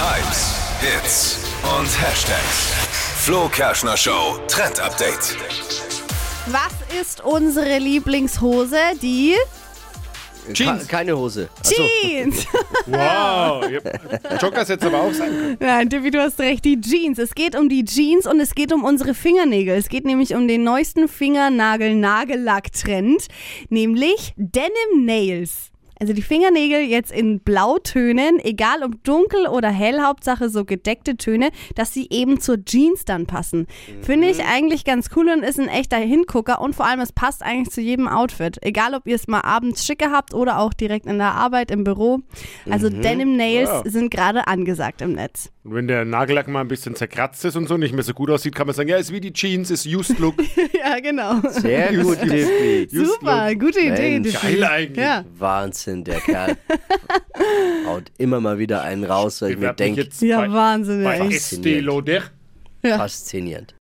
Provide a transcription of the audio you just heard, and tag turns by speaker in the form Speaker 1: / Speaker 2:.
Speaker 1: Hypes, Hits und Hashtags. Flo Kerschner Show Trend Update.
Speaker 2: Was ist unsere Lieblingshose? Die
Speaker 3: Jeans. keine Hose. Achso.
Speaker 2: Jeans.
Speaker 4: Wow. Jokers jetzt aber auch sein können.
Speaker 2: Nein, Tippi, du hast recht, die Jeans. Es geht um die Jeans und es geht um unsere Fingernägel. Es geht nämlich um den neuesten Fingernagel-Nagellack-Trend, nämlich Denim Nails. Also die Fingernägel jetzt in Blautönen, egal ob dunkel oder hell, Hauptsache so gedeckte Töne, dass sie eben zur Jeans dann passen. Finde ich eigentlich ganz cool und ist ein echter Hingucker und vor allem es passt eigentlich zu jedem Outfit. Egal ob ihr es mal abends schick habt oder auch direkt in der Arbeit, im Büro. Also Denim Nails
Speaker 4: Ja.
Speaker 2: sind gerade angesagt im Netz.
Speaker 4: Und wenn der Nagellack mal ein bisschen zerkratzt ist und so nicht mehr so gut aussieht, kann man sagen, ja, ist wie die Jeans, ist used look.
Speaker 2: Ja, genau.
Speaker 3: Sehr gut, Tippi.
Speaker 4: Just
Speaker 2: Super, gute Idee.
Speaker 3: Mensch.
Speaker 2: Dippi.
Speaker 4: Geil eigentlich.
Speaker 2: Ja.
Speaker 3: Wahnsinn, der Kerl. Haut immer mal wieder einen raus, weil ich mir
Speaker 4: Bewerb mich
Speaker 3: denke,
Speaker 4: jetzt
Speaker 2: ja,
Speaker 4: bei-
Speaker 2: Wahnsinn.
Speaker 4: bei
Speaker 2: ey.
Speaker 3: Fast.
Speaker 4: Estee Lauder.
Speaker 3: faszinierend.